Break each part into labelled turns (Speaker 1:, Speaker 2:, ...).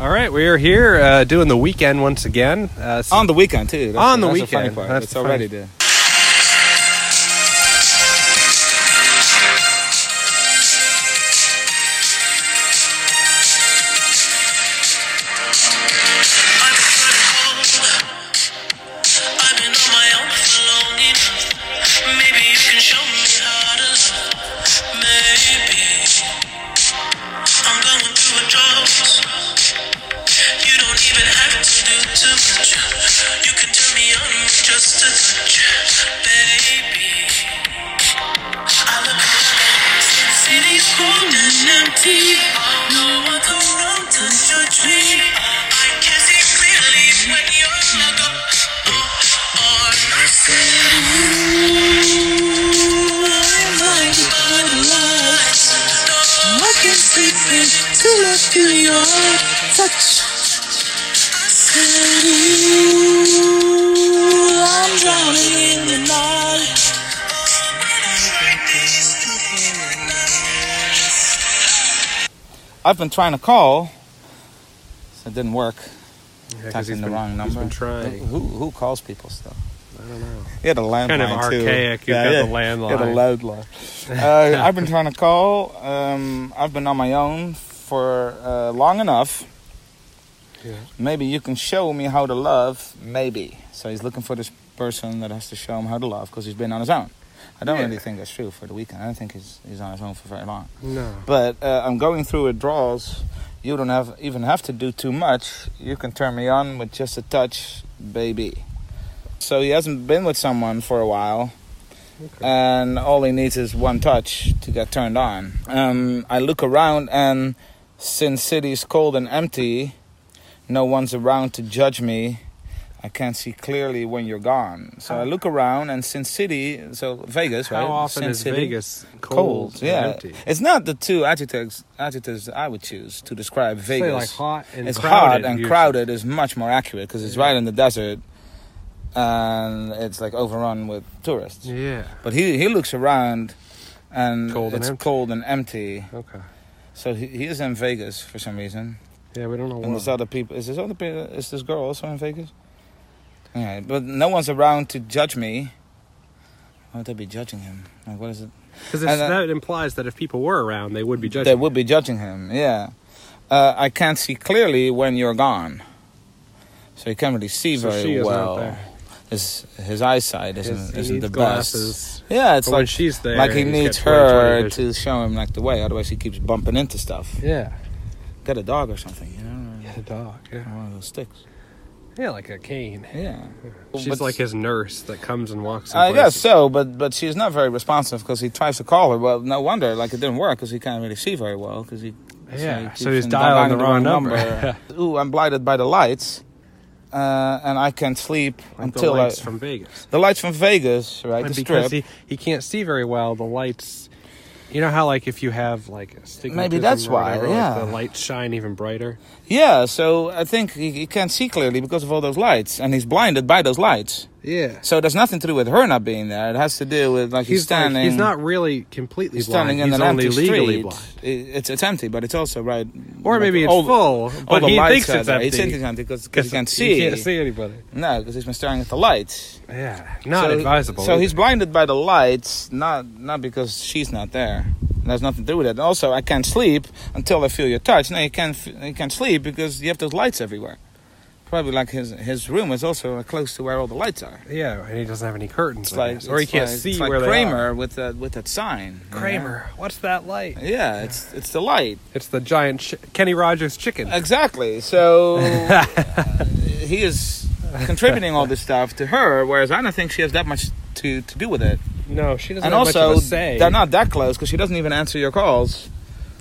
Speaker 1: All right, we are here uh, doing the weekend once again. Uh, s-
Speaker 2: On the weekend too. That's-
Speaker 1: On the
Speaker 2: that's
Speaker 1: weekend.
Speaker 2: funny part.
Speaker 1: That's
Speaker 2: it's
Speaker 1: the funny-
Speaker 2: already there.
Speaker 3: I'm coming home. I've been on my own for long enough. Maybe you can show me how to stop. Maybe I'm going through withdrawals. You don't even have to do too much. You can turn me on with just a touch, baby. I look around, the city's cold and empty. No one comes around to judge me. I can see clearly when you're gone. On my I can sleep in to look in your touch. I said you, I'm drowning in the night.
Speaker 2: I've been trying to call. So it didn't work.
Speaker 1: Yeah, 'cause
Speaker 2: Typed
Speaker 1: he's
Speaker 2: in the
Speaker 1: been-
Speaker 2: wrong number.
Speaker 1: He's been trying.
Speaker 2: Who who calls people stuff?
Speaker 1: I don't know.
Speaker 2: He had a landline
Speaker 1: Kind of
Speaker 2: too.
Speaker 1: archaic. You've got the landline.
Speaker 2: He had a landline. uh, I've been trying to call. Um, I've been on my own for uh, long enough.
Speaker 1: Yeah.
Speaker 2: Maybe you can show me how to love. Maybe. So he's looking for this person that has to show him how to love because he's been on his own. I don't
Speaker 1: Yeah.
Speaker 2: really think that's true for the weekend. I don't think he's he's on his own for very long.
Speaker 1: No.
Speaker 2: But uh, I'm going through withdrawals. You don't have even have to do too much. You can turn me on with just a touch, baby. So he hasn't been with someone for a while, and all he needs is one touch to get turned on. Um, I look around, and since city's cold and empty, no one's around to judge me. I can't see clearly when you're gone. So I look around, and Sin City, so Vegas, right?
Speaker 1: Ah. How often
Speaker 2: Sin
Speaker 1: is
Speaker 2: City
Speaker 1: Vegas cold? and
Speaker 2: yeah,
Speaker 1: empty?
Speaker 2: it's not the two adjectives adjectives I would choose to describe
Speaker 1: Say,
Speaker 2: Vegas.
Speaker 1: like hot and
Speaker 2: it's
Speaker 1: crowded.
Speaker 2: hot and
Speaker 1: usually.
Speaker 2: crowded is much more accurate because it's
Speaker 1: Yeah.
Speaker 2: right in the desert, and it's like overrun with tourists.
Speaker 1: Yeah.
Speaker 2: But he he looks around, and
Speaker 1: Cold and
Speaker 2: it's
Speaker 1: empty.
Speaker 2: cold and empty.
Speaker 1: Okay.
Speaker 2: So he, he is in Vegas for some reason.
Speaker 1: Yeah, we don't know
Speaker 2: And there's
Speaker 1: why.
Speaker 2: other people. Is this other people? Is this girl also in Vegas? Alright, but no one's around to judge me. Why would they be judging him? Like, what is it?
Speaker 1: Because
Speaker 2: and, uh,
Speaker 1: that implies that if people were around, they would be judging.
Speaker 2: They would be judging him, yeah. Uh, I can't see clearly when you're gone. So you can't really see
Speaker 1: So
Speaker 2: very
Speaker 1: she is not
Speaker 2: well.
Speaker 1: there.
Speaker 2: His his eyesight isn't
Speaker 1: His- he
Speaker 2: isn't
Speaker 1: needs
Speaker 2: the best.
Speaker 1: glasses.
Speaker 2: Yeah, it's
Speaker 1: But when
Speaker 2: like
Speaker 1: she's there,
Speaker 2: like he
Speaker 1: he's
Speaker 2: needs
Speaker 1: got 20/20
Speaker 2: her
Speaker 1: vision.
Speaker 2: to show him like the way, otherwise he keeps bumping into stuff.
Speaker 1: Yeah.
Speaker 2: Get a dog or something, you know?
Speaker 1: Yeah, the dog. Yeah.
Speaker 2: One of those sticks.
Speaker 1: Yeah, like a cane.
Speaker 2: Yeah.
Speaker 1: She's
Speaker 2: But-
Speaker 1: like his nurse that comes and walks. in
Speaker 2: I guess
Speaker 1: places.
Speaker 2: so, but but she's not very responsive because he tries to call her. Well, no wonder, like it didn't work because he can't really see very well because he.
Speaker 1: Yeah,
Speaker 2: he
Speaker 1: so
Speaker 2: keeps
Speaker 1: he's dialing the wrong
Speaker 2: Ooh, I'm blinded by the lights, uh, and I can't sleep
Speaker 1: Like
Speaker 2: until
Speaker 1: the lights
Speaker 2: I,
Speaker 1: from Vegas.
Speaker 2: the lights from Vegas, right?
Speaker 1: And
Speaker 2: The
Speaker 1: because
Speaker 2: strip.
Speaker 1: he he can't see very well, the lights. You know how like if you have like astigmatism
Speaker 2: Maybe that's
Speaker 1: or
Speaker 2: why,
Speaker 1: whatever,
Speaker 2: yeah.
Speaker 1: like, the lights shine even brighter.
Speaker 2: Yeah, so I think he, he can't see clearly because of all those lights, and he's blinded by those lights.
Speaker 1: Yeah,
Speaker 2: So there's nothing to do with her not being there. It has to do with like
Speaker 1: he's
Speaker 2: he's,
Speaker 1: like-
Speaker 2: standing.
Speaker 1: he's not really completely
Speaker 2: He's
Speaker 1: blind.
Speaker 2: standing in
Speaker 1: he's
Speaker 2: an
Speaker 1: only
Speaker 2: empty
Speaker 1: legally
Speaker 2: street.
Speaker 1: blind.
Speaker 2: It- It's it's empty, but it's also right.
Speaker 1: Or
Speaker 2: like,
Speaker 1: maybe it's
Speaker 2: all the-
Speaker 1: full,
Speaker 2: all
Speaker 1: but
Speaker 2: the
Speaker 1: he
Speaker 2: lights
Speaker 1: thinks
Speaker 2: are
Speaker 1: it's
Speaker 2: there.
Speaker 1: empty.
Speaker 2: He thinks it's empty because he can't see.
Speaker 1: He can't see anybody.
Speaker 2: No, because he's been staring at the lights.
Speaker 1: Yeah, not
Speaker 2: So-
Speaker 1: advisable.
Speaker 2: So he's
Speaker 1: either.
Speaker 2: blinded by the lights, not not because she's not there. It has nothing to do with it. And also, I can't sleep until I feel your touch. Now you can't f- you can't sleep because you have those lights everywhere. Probably like his his room is also like, close to where all the lights are.
Speaker 1: yeah, and he doesn't have any curtains,
Speaker 2: It's
Speaker 1: I
Speaker 2: like
Speaker 1: guess. or he
Speaker 2: it's
Speaker 1: can't
Speaker 2: like-
Speaker 1: see
Speaker 2: it's like
Speaker 1: where
Speaker 2: Kramer with that with that sign. you
Speaker 1: they
Speaker 2: know?
Speaker 1: are. Kramer, what's that light?
Speaker 2: Yeah, it's it's the light.
Speaker 1: It's the giant sh- Kenny Rogers chicken.
Speaker 2: Exactly. So uh, he is contributing all this stuff to her, whereas I don't think she has that much to, to do with it.
Speaker 1: no, she doesn't
Speaker 2: and
Speaker 1: have much
Speaker 2: also,
Speaker 1: of a say.
Speaker 2: they're not that close because she doesn't even answer your calls,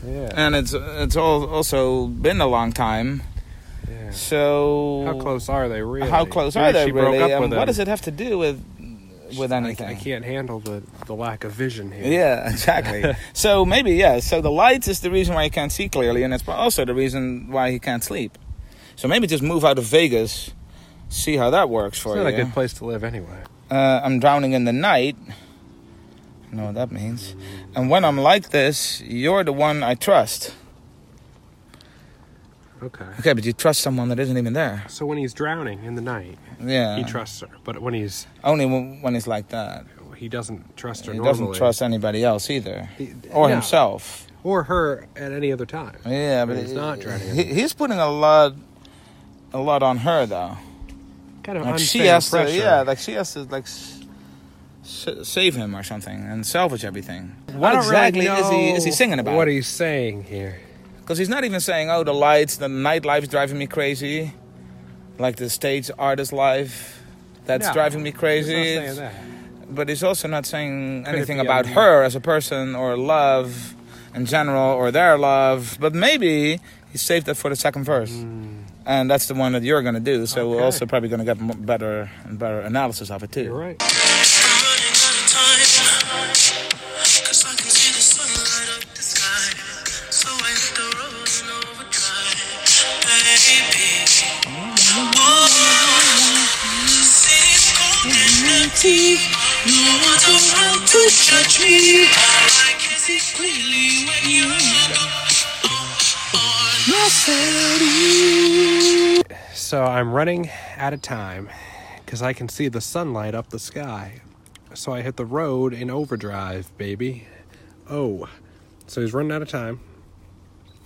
Speaker 1: Yeah,
Speaker 2: and it's it's all also been a long time.
Speaker 1: yeah.
Speaker 2: So
Speaker 1: How close are they really?
Speaker 2: How close
Speaker 1: Maybe
Speaker 2: are they
Speaker 1: she broke
Speaker 2: really?
Speaker 1: up
Speaker 2: And
Speaker 1: with
Speaker 2: what
Speaker 1: him.
Speaker 2: does it have to do with with
Speaker 1: I-
Speaker 2: anything?
Speaker 1: I, can't handle the, the lack of vision here.
Speaker 2: Yeah, exactly. so maybe yeah. So the light is the reason why he can't see clearly, and it's pro- also the reason why he can't sleep. So maybe just move out of Vegas, see how that works
Speaker 1: It's
Speaker 2: for
Speaker 1: not a
Speaker 2: you.
Speaker 1: good place to live anyway.
Speaker 2: uh, I'm drowning in the night. I know what that means. And when I'm like this, you're the one I trust.
Speaker 1: Okay.
Speaker 2: Okay, but you trust someone that isn't even there.
Speaker 1: So when he's drowning in the night,
Speaker 2: Yeah.
Speaker 1: he trusts her. But when he's
Speaker 2: Only when, when it's like that.
Speaker 1: he doesn't trust her
Speaker 2: He
Speaker 1: normally.
Speaker 2: doesn't trust anybody else either,
Speaker 1: He-
Speaker 2: or
Speaker 1: no.
Speaker 2: himself.
Speaker 1: or her at any other time.
Speaker 2: Yeah,
Speaker 1: When
Speaker 2: but
Speaker 1: he's
Speaker 2: it-
Speaker 1: not drowning.
Speaker 2: He, he's putting a lot, a lot on her though.
Speaker 1: kind of
Speaker 2: Like
Speaker 1: unfair
Speaker 2: she has
Speaker 1: pressure.
Speaker 2: to, yeah, like she has to like s- s- save him or something and salvage everything.
Speaker 1: I
Speaker 2: What
Speaker 1: don't
Speaker 2: exactly
Speaker 1: really
Speaker 2: is he
Speaker 1: know
Speaker 2: is he singing about?
Speaker 1: What he's saying here.
Speaker 2: Because he's not even saying, "Oh, the lights, the nightlife's driving me crazy," like the stage artist life. That's
Speaker 1: No,
Speaker 2: driving me
Speaker 1: He's
Speaker 2: crazy.
Speaker 1: not saying that.
Speaker 2: but he's also not saying
Speaker 1: it
Speaker 2: anything
Speaker 1: be
Speaker 2: about
Speaker 1: a-
Speaker 2: her as a person or love in general or their love. But maybe he saved that for the second verse, and that's the one that you're gonna do. So we're
Speaker 1: Hmm. Okay.
Speaker 2: also probably gonna get m- better and better analysis of it too.
Speaker 1: You're right.
Speaker 3: I'm running out of time. 'Cause I can see the sun light up the sky. So I hit the road in overdrive, baby. Whoa. City's cold and empty. No one's around to judge me. All I can see clearly when you're
Speaker 1: So I'm running out of time because I can see the sunlight up the sky. So I hit the road in overdrive, baby. Oh, so he's running out of time.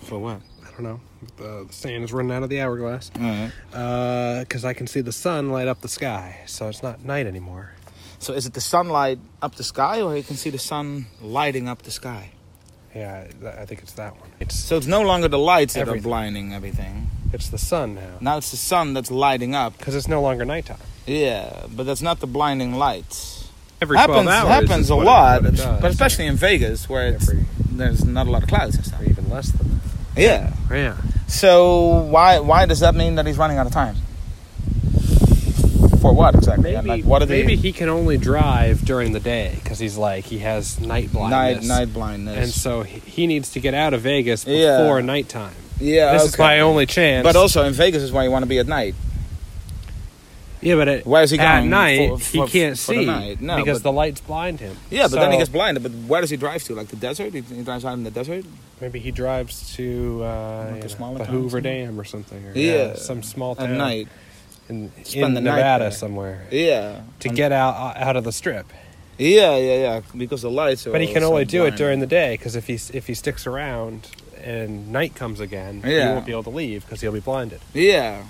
Speaker 2: For what?
Speaker 1: I don't know. The, the sand is running out of the hourglass.
Speaker 2: Alright.
Speaker 1: Because I can see the sun light up the sky, so it's not night anymore.
Speaker 2: So is it the sunlight up the sky, or you can see the sun lighting up the sky?
Speaker 1: Yeah, th- I think it's that one. It's
Speaker 2: So it's no longer the lights that
Speaker 1: Everything.
Speaker 2: are blinding everything.
Speaker 1: it's the sun now
Speaker 2: Now it's the sun that's lighting up.
Speaker 1: because it's no longer nighttime.
Speaker 2: Yeah, but that's not the blinding lights.
Speaker 1: Every
Speaker 2: happens
Speaker 1: 12 hours
Speaker 2: happens
Speaker 1: is
Speaker 2: a
Speaker 1: what it-
Speaker 2: lot,
Speaker 1: what it does.
Speaker 2: but especially in Vegas where it's,
Speaker 1: Every-
Speaker 2: there's not a lot of clouds and stuff.
Speaker 1: or even less than
Speaker 2: Yeah.
Speaker 1: that. Yeah.
Speaker 2: So why why does that mean that he's running out of time? For what exactly?
Speaker 1: Maybe,
Speaker 2: like what are the
Speaker 1: maybe he can only drive during the day because he's like he has night
Speaker 2: night
Speaker 1: blindness.
Speaker 2: night
Speaker 1: and
Speaker 2: blindness?
Speaker 1: so he, he needs to get out of Vegas
Speaker 2: Yeah.
Speaker 1: before nighttime.
Speaker 2: yeah,
Speaker 1: this
Speaker 2: okay.
Speaker 1: is my only chance.
Speaker 2: But also in Vegas is why you want to be at night.
Speaker 1: yeah, but it,
Speaker 2: Where's he
Speaker 1: at
Speaker 2: going
Speaker 1: night
Speaker 2: for- for-
Speaker 1: he can't
Speaker 2: for the
Speaker 1: see
Speaker 2: night? No,
Speaker 1: because
Speaker 2: but-
Speaker 1: the lights blind him.
Speaker 2: Yeah, but then he
Speaker 1: So
Speaker 2: gets blinded. But where does he drive to? Like the desert? He, he drives out in the desert.
Speaker 1: maybe he drives to uh,
Speaker 2: Like a
Speaker 1: you know,
Speaker 2: smaller
Speaker 1: the
Speaker 2: town
Speaker 1: Hoover
Speaker 2: somewhere?
Speaker 1: Dam or something. Or,
Speaker 2: Yeah.
Speaker 1: some small
Speaker 2: At
Speaker 1: town
Speaker 2: night.
Speaker 1: in,
Speaker 2: Spend
Speaker 1: in
Speaker 2: the night
Speaker 1: Nevada
Speaker 2: there.
Speaker 1: somewhere
Speaker 2: Yeah.
Speaker 1: to
Speaker 2: And-
Speaker 1: get out out of the strip.
Speaker 2: Yeah, yeah, yeah. Because the lights are.
Speaker 1: But he can
Speaker 2: also
Speaker 1: only do it
Speaker 2: blinding.
Speaker 1: during the day because if he if he sticks around and night comes again, he
Speaker 2: Yeah.
Speaker 1: won't be able to leave because he'll be blinded.
Speaker 2: Yeah,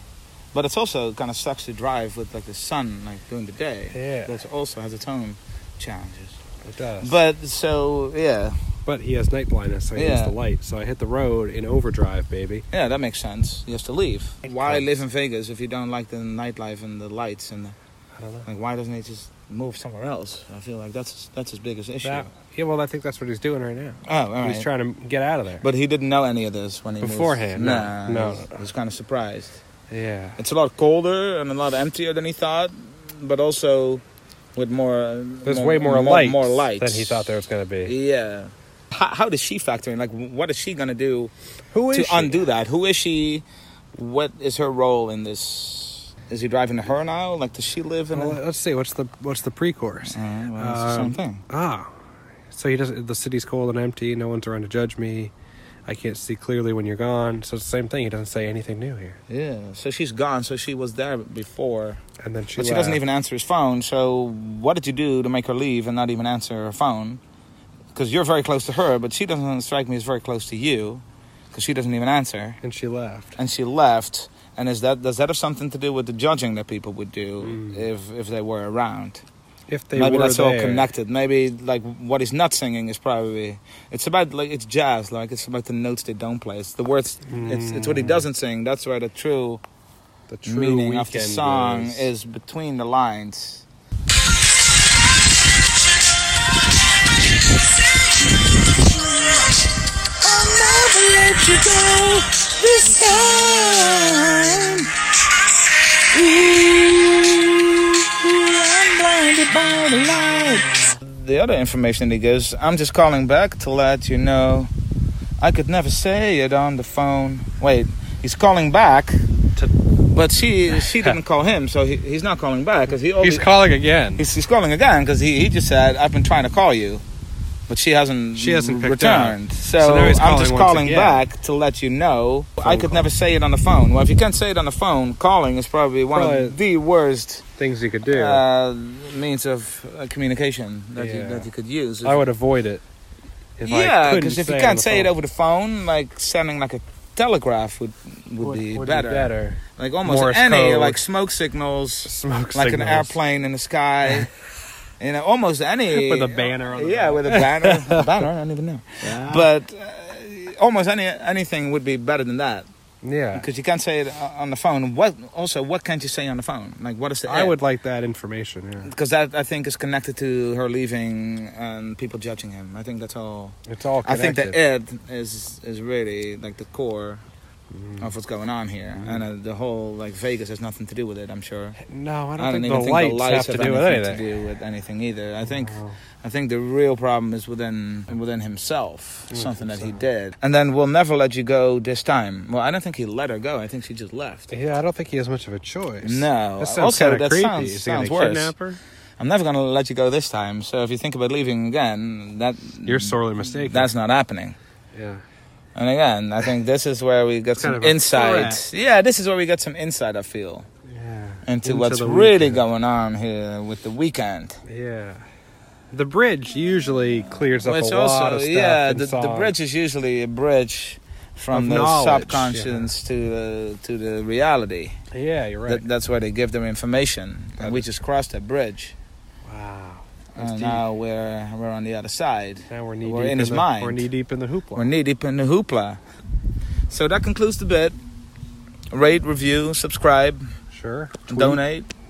Speaker 2: but it's also kind of sucks to drive with like the sun like during the day.
Speaker 1: Yeah.
Speaker 2: that also has its own challenges.
Speaker 1: It does. But,
Speaker 2: But so yeah,
Speaker 1: he has night blindness, so he needs
Speaker 2: Yeah.
Speaker 1: the light. So I hit the road in overdrive, baby.
Speaker 2: yeah, that makes sense. You have to leave. Why
Speaker 1: Right.
Speaker 2: live in Vegas if you don't like the nightlife and the lights and the,
Speaker 1: I don't know.
Speaker 2: like? Why doesn't he just move somewhere else? I feel like that's that's his biggest issue.
Speaker 1: That, yeah, well, I think that's what he's doing right now.
Speaker 2: oh, all right.
Speaker 1: He's trying to get out of there.
Speaker 2: but he didn't know any of this when he moved.
Speaker 1: Beforehand, no,
Speaker 2: Nah,
Speaker 1: no,
Speaker 2: he was-
Speaker 1: no.
Speaker 2: he was kind of surprised.
Speaker 1: yeah.
Speaker 2: It's a lot colder and a lot emptier than he thought, but also with more.
Speaker 1: There's way more, light
Speaker 2: more lights
Speaker 1: than he thought there was going to be.
Speaker 2: Yeah. How, how does she factor in? Like, what is she gonna do
Speaker 1: Who
Speaker 2: to
Speaker 1: is she?
Speaker 2: undo that? Who is she? What is her role in this? Is he driving to her now? Like, does she live in?
Speaker 1: Well,
Speaker 2: a,
Speaker 1: let's see. What's the what's the pre-course?
Speaker 2: uh, well, it's the
Speaker 1: um,
Speaker 2: same thing.
Speaker 1: Ah, so he doesn't. The city's cold and empty. No one's around to judge me. I can't see clearly when you're gone. So it's the same thing. He doesn't say anything new here.
Speaker 2: Yeah. So she's gone. So she was there before,
Speaker 1: And then she.
Speaker 2: but she doesn't
Speaker 1: laughed.
Speaker 2: even answer his phone. So what did you do to make her leave and not even answer her phone? Because you're very close to her, but she doesn't strike me as very close to you, because she doesn't even answer.
Speaker 1: And she left.
Speaker 2: and she left. And is that does that have something to do with the judging that people would do if if they were around?
Speaker 1: If Mm. they
Speaker 2: Maybe
Speaker 1: were
Speaker 2: that's all
Speaker 1: there-
Speaker 2: connected. Maybe like what he's not singing is probably it's about like it's jazz, like it's about the notes they don't play. It's the words. It's it's what he doesn't sing. That's where the true,
Speaker 1: the Mm. true
Speaker 2: meaning of the
Speaker 1: weekend
Speaker 2: song
Speaker 1: was-
Speaker 2: is between the lines.
Speaker 3: I'll never let you go this time. Ooh, I'm blinded by the light.
Speaker 2: The other information he gives, I'm just calling back to let you know. I could never say it on the phone. Wait, he's calling back.
Speaker 1: To-
Speaker 2: But she she didn't call him, so he, he's not calling back because he always
Speaker 1: He's calling again.
Speaker 2: He's, he's calling again because he, he just said, I've been trying to call you. but she hasn't
Speaker 1: She hasn't picked up.
Speaker 2: returned. So,
Speaker 1: So now he's
Speaker 2: I'm
Speaker 1: calling
Speaker 2: just
Speaker 1: once
Speaker 2: calling
Speaker 1: again.
Speaker 2: back to let you know. I
Speaker 1: Phone
Speaker 2: could
Speaker 1: call.
Speaker 2: never say it on the phone. Well, if you can't say it on the phone, calling is probably one
Speaker 1: Probably-
Speaker 2: of the worst
Speaker 1: Things you could do.
Speaker 2: uh, means of uh, communication that you
Speaker 1: Yeah.
Speaker 2: that you could use. If
Speaker 1: I would avoid it. If because
Speaker 2: yeah, because if you can't say it over the phone, like sending like a telegraph would would, be, better. Like almost
Speaker 1: Morse
Speaker 2: any
Speaker 1: code.
Speaker 2: like smoke signals,
Speaker 1: Smoke
Speaker 2: like an
Speaker 1: signals.
Speaker 2: airplane in the sky. you know, almost any
Speaker 1: With a banner on the
Speaker 2: yeah,
Speaker 1: back.
Speaker 2: with a banner. banner, I don't even know. But uh, almost any anything would be better than that
Speaker 1: Yeah.
Speaker 2: because you can't say it o- on the phone. What also? What can't you say on the phone? Like what is the?
Speaker 1: I would like that information. Yeah.
Speaker 2: because that I think is connected to her leaving and people judging him. I think that's all.
Speaker 1: It's all
Speaker 2: I
Speaker 1: connected.
Speaker 2: think that it is is really like the core
Speaker 1: Mm.
Speaker 2: of what's going on here, and uh, the whole like Vegas has nothing to do with it. I'm sure.
Speaker 1: No, I don't,
Speaker 2: I don't
Speaker 1: think, the,
Speaker 2: even think
Speaker 1: lights
Speaker 2: the lights
Speaker 1: have to
Speaker 2: have
Speaker 1: do with
Speaker 2: anything
Speaker 1: anything.
Speaker 2: to do with anything either. I think
Speaker 1: No.
Speaker 2: I think the real problem is within within himself, something that he
Speaker 1: Mm, himself.
Speaker 2: did, and then we'll never let you go this time. Well, I don't think he let her go. I think she just left.
Speaker 1: Yeah, I don't think he has much of a choice.
Speaker 2: No.
Speaker 1: That sounds
Speaker 2: Also,
Speaker 1: kinda
Speaker 2: that
Speaker 1: creepy.
Speaker 2: sounds-
Speaker 1: Is he gonna
Speaker 2: sounds worse.
Speaker 1: kidnap her?
Speaker 2: I'm never gonna let you go this time. So if you think about leaving again, that
Speaker 1: You're sorely mistaken.
Speaker 2: That's not happening.
Speaker 1: yeah.
Speaker 2: And again, I think this is where we got
Speaker 1: It's kind
Speaker 2: some
Speaker 1: of a
Speaker 2: insight. Yeah, this is where we got some insight, I feel,
Speaker 1: Yeah.
Speaker 2: into,
Speaker 1: Into
Speaker 2: what's
Speaker 1: the
Speaker 2: really
Speaker 1: weekend.
Speaker 2: going on here with the weekend.
Speaker 1: Yeah. The bridge usually clears up a lot of stuff.
Speaker 2: yeah,
Speaker 1: in
Speaker 2: the, the
Speaker 1: songs.
Speaker 2: bridge is usually a bridge from
Speaker 1: Of
Speaker 2: the
Speaker 1: knowledge,
Speaker 2: subconscious to the to the reality.
Speaker 1: Yeah, you're right.
Speaker 2: That, that's where they give their information,
Speaker 1: Got
Speaker 2: and we
Speaker 1: it.
Speaker 2: just crossed that bridge.
Speaker 1: wow. That's
Speaker 2: And
Speaker 1: deep.
Speaker 2: Uh, now we're we're on the other side.
Speaker 1: Now we're knee
Speaker 2: we're
Speaker 1: deep
Speaker 2: in his
Speaker 1: the,
Speaker 2: mind.
Speaker 1: We're knee deep in the hoopla.
Speaker 2: We're knee deep in the hoopla. So that concludes the bit. Rate, review, subscribe,
Speaker 1: sure. Tweet.
Speaker 2: donate.